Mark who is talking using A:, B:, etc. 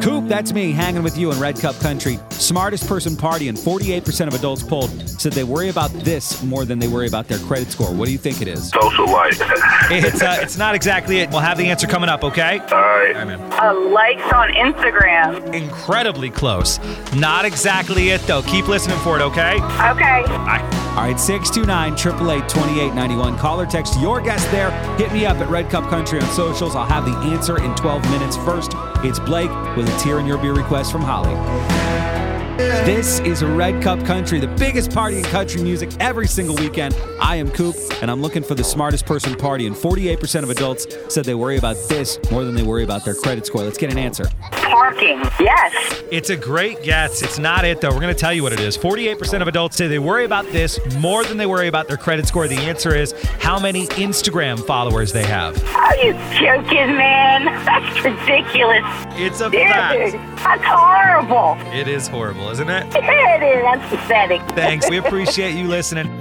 A: Coop, that's me hanging with you in Red Cup Country. Smartest person partying. 48% of adults polled said they worry about this more than they worry about their credit score. What do you think it is?
B: Social life.
C: It's uh, it's not exactly it. We'll have the answer coming up, okay?
B: All right.
C: All right, man.
D: Uh, likes on Instagram.
C: Incredibly close. Not exactly it though. Keep listening for it, okay?
D: Okay.
A: All right, 629 888 2891. Call or text your guest there. Hit me up at Red Cup Country on socials. I'll have the answer in 12 minutes. First, it's Blake with a tear in your beer request from Holly. This is Red Cup Country, the biggest party in country music every single weekend. I am Coop, and I'm looking for the smartest person party. And 48% of adults said they worry about this more than they worry about their credit score. Let's get an answer.
D: Parking. Yes.
C: It's a great guess. It's not it though. We're gonna tell you what it is. 48% of adults say they worry about this more than they worry about their credit score. The answer is how many Instagram followers they have.
D: Are you joking, man? That's ridiculous.
C: It's a
D: Dude,
C: fact.
D: that's horrible.
C: It is horrible, isn't it?
D: It is. That's pathetic.
C: Thanks. We appreciate you listening.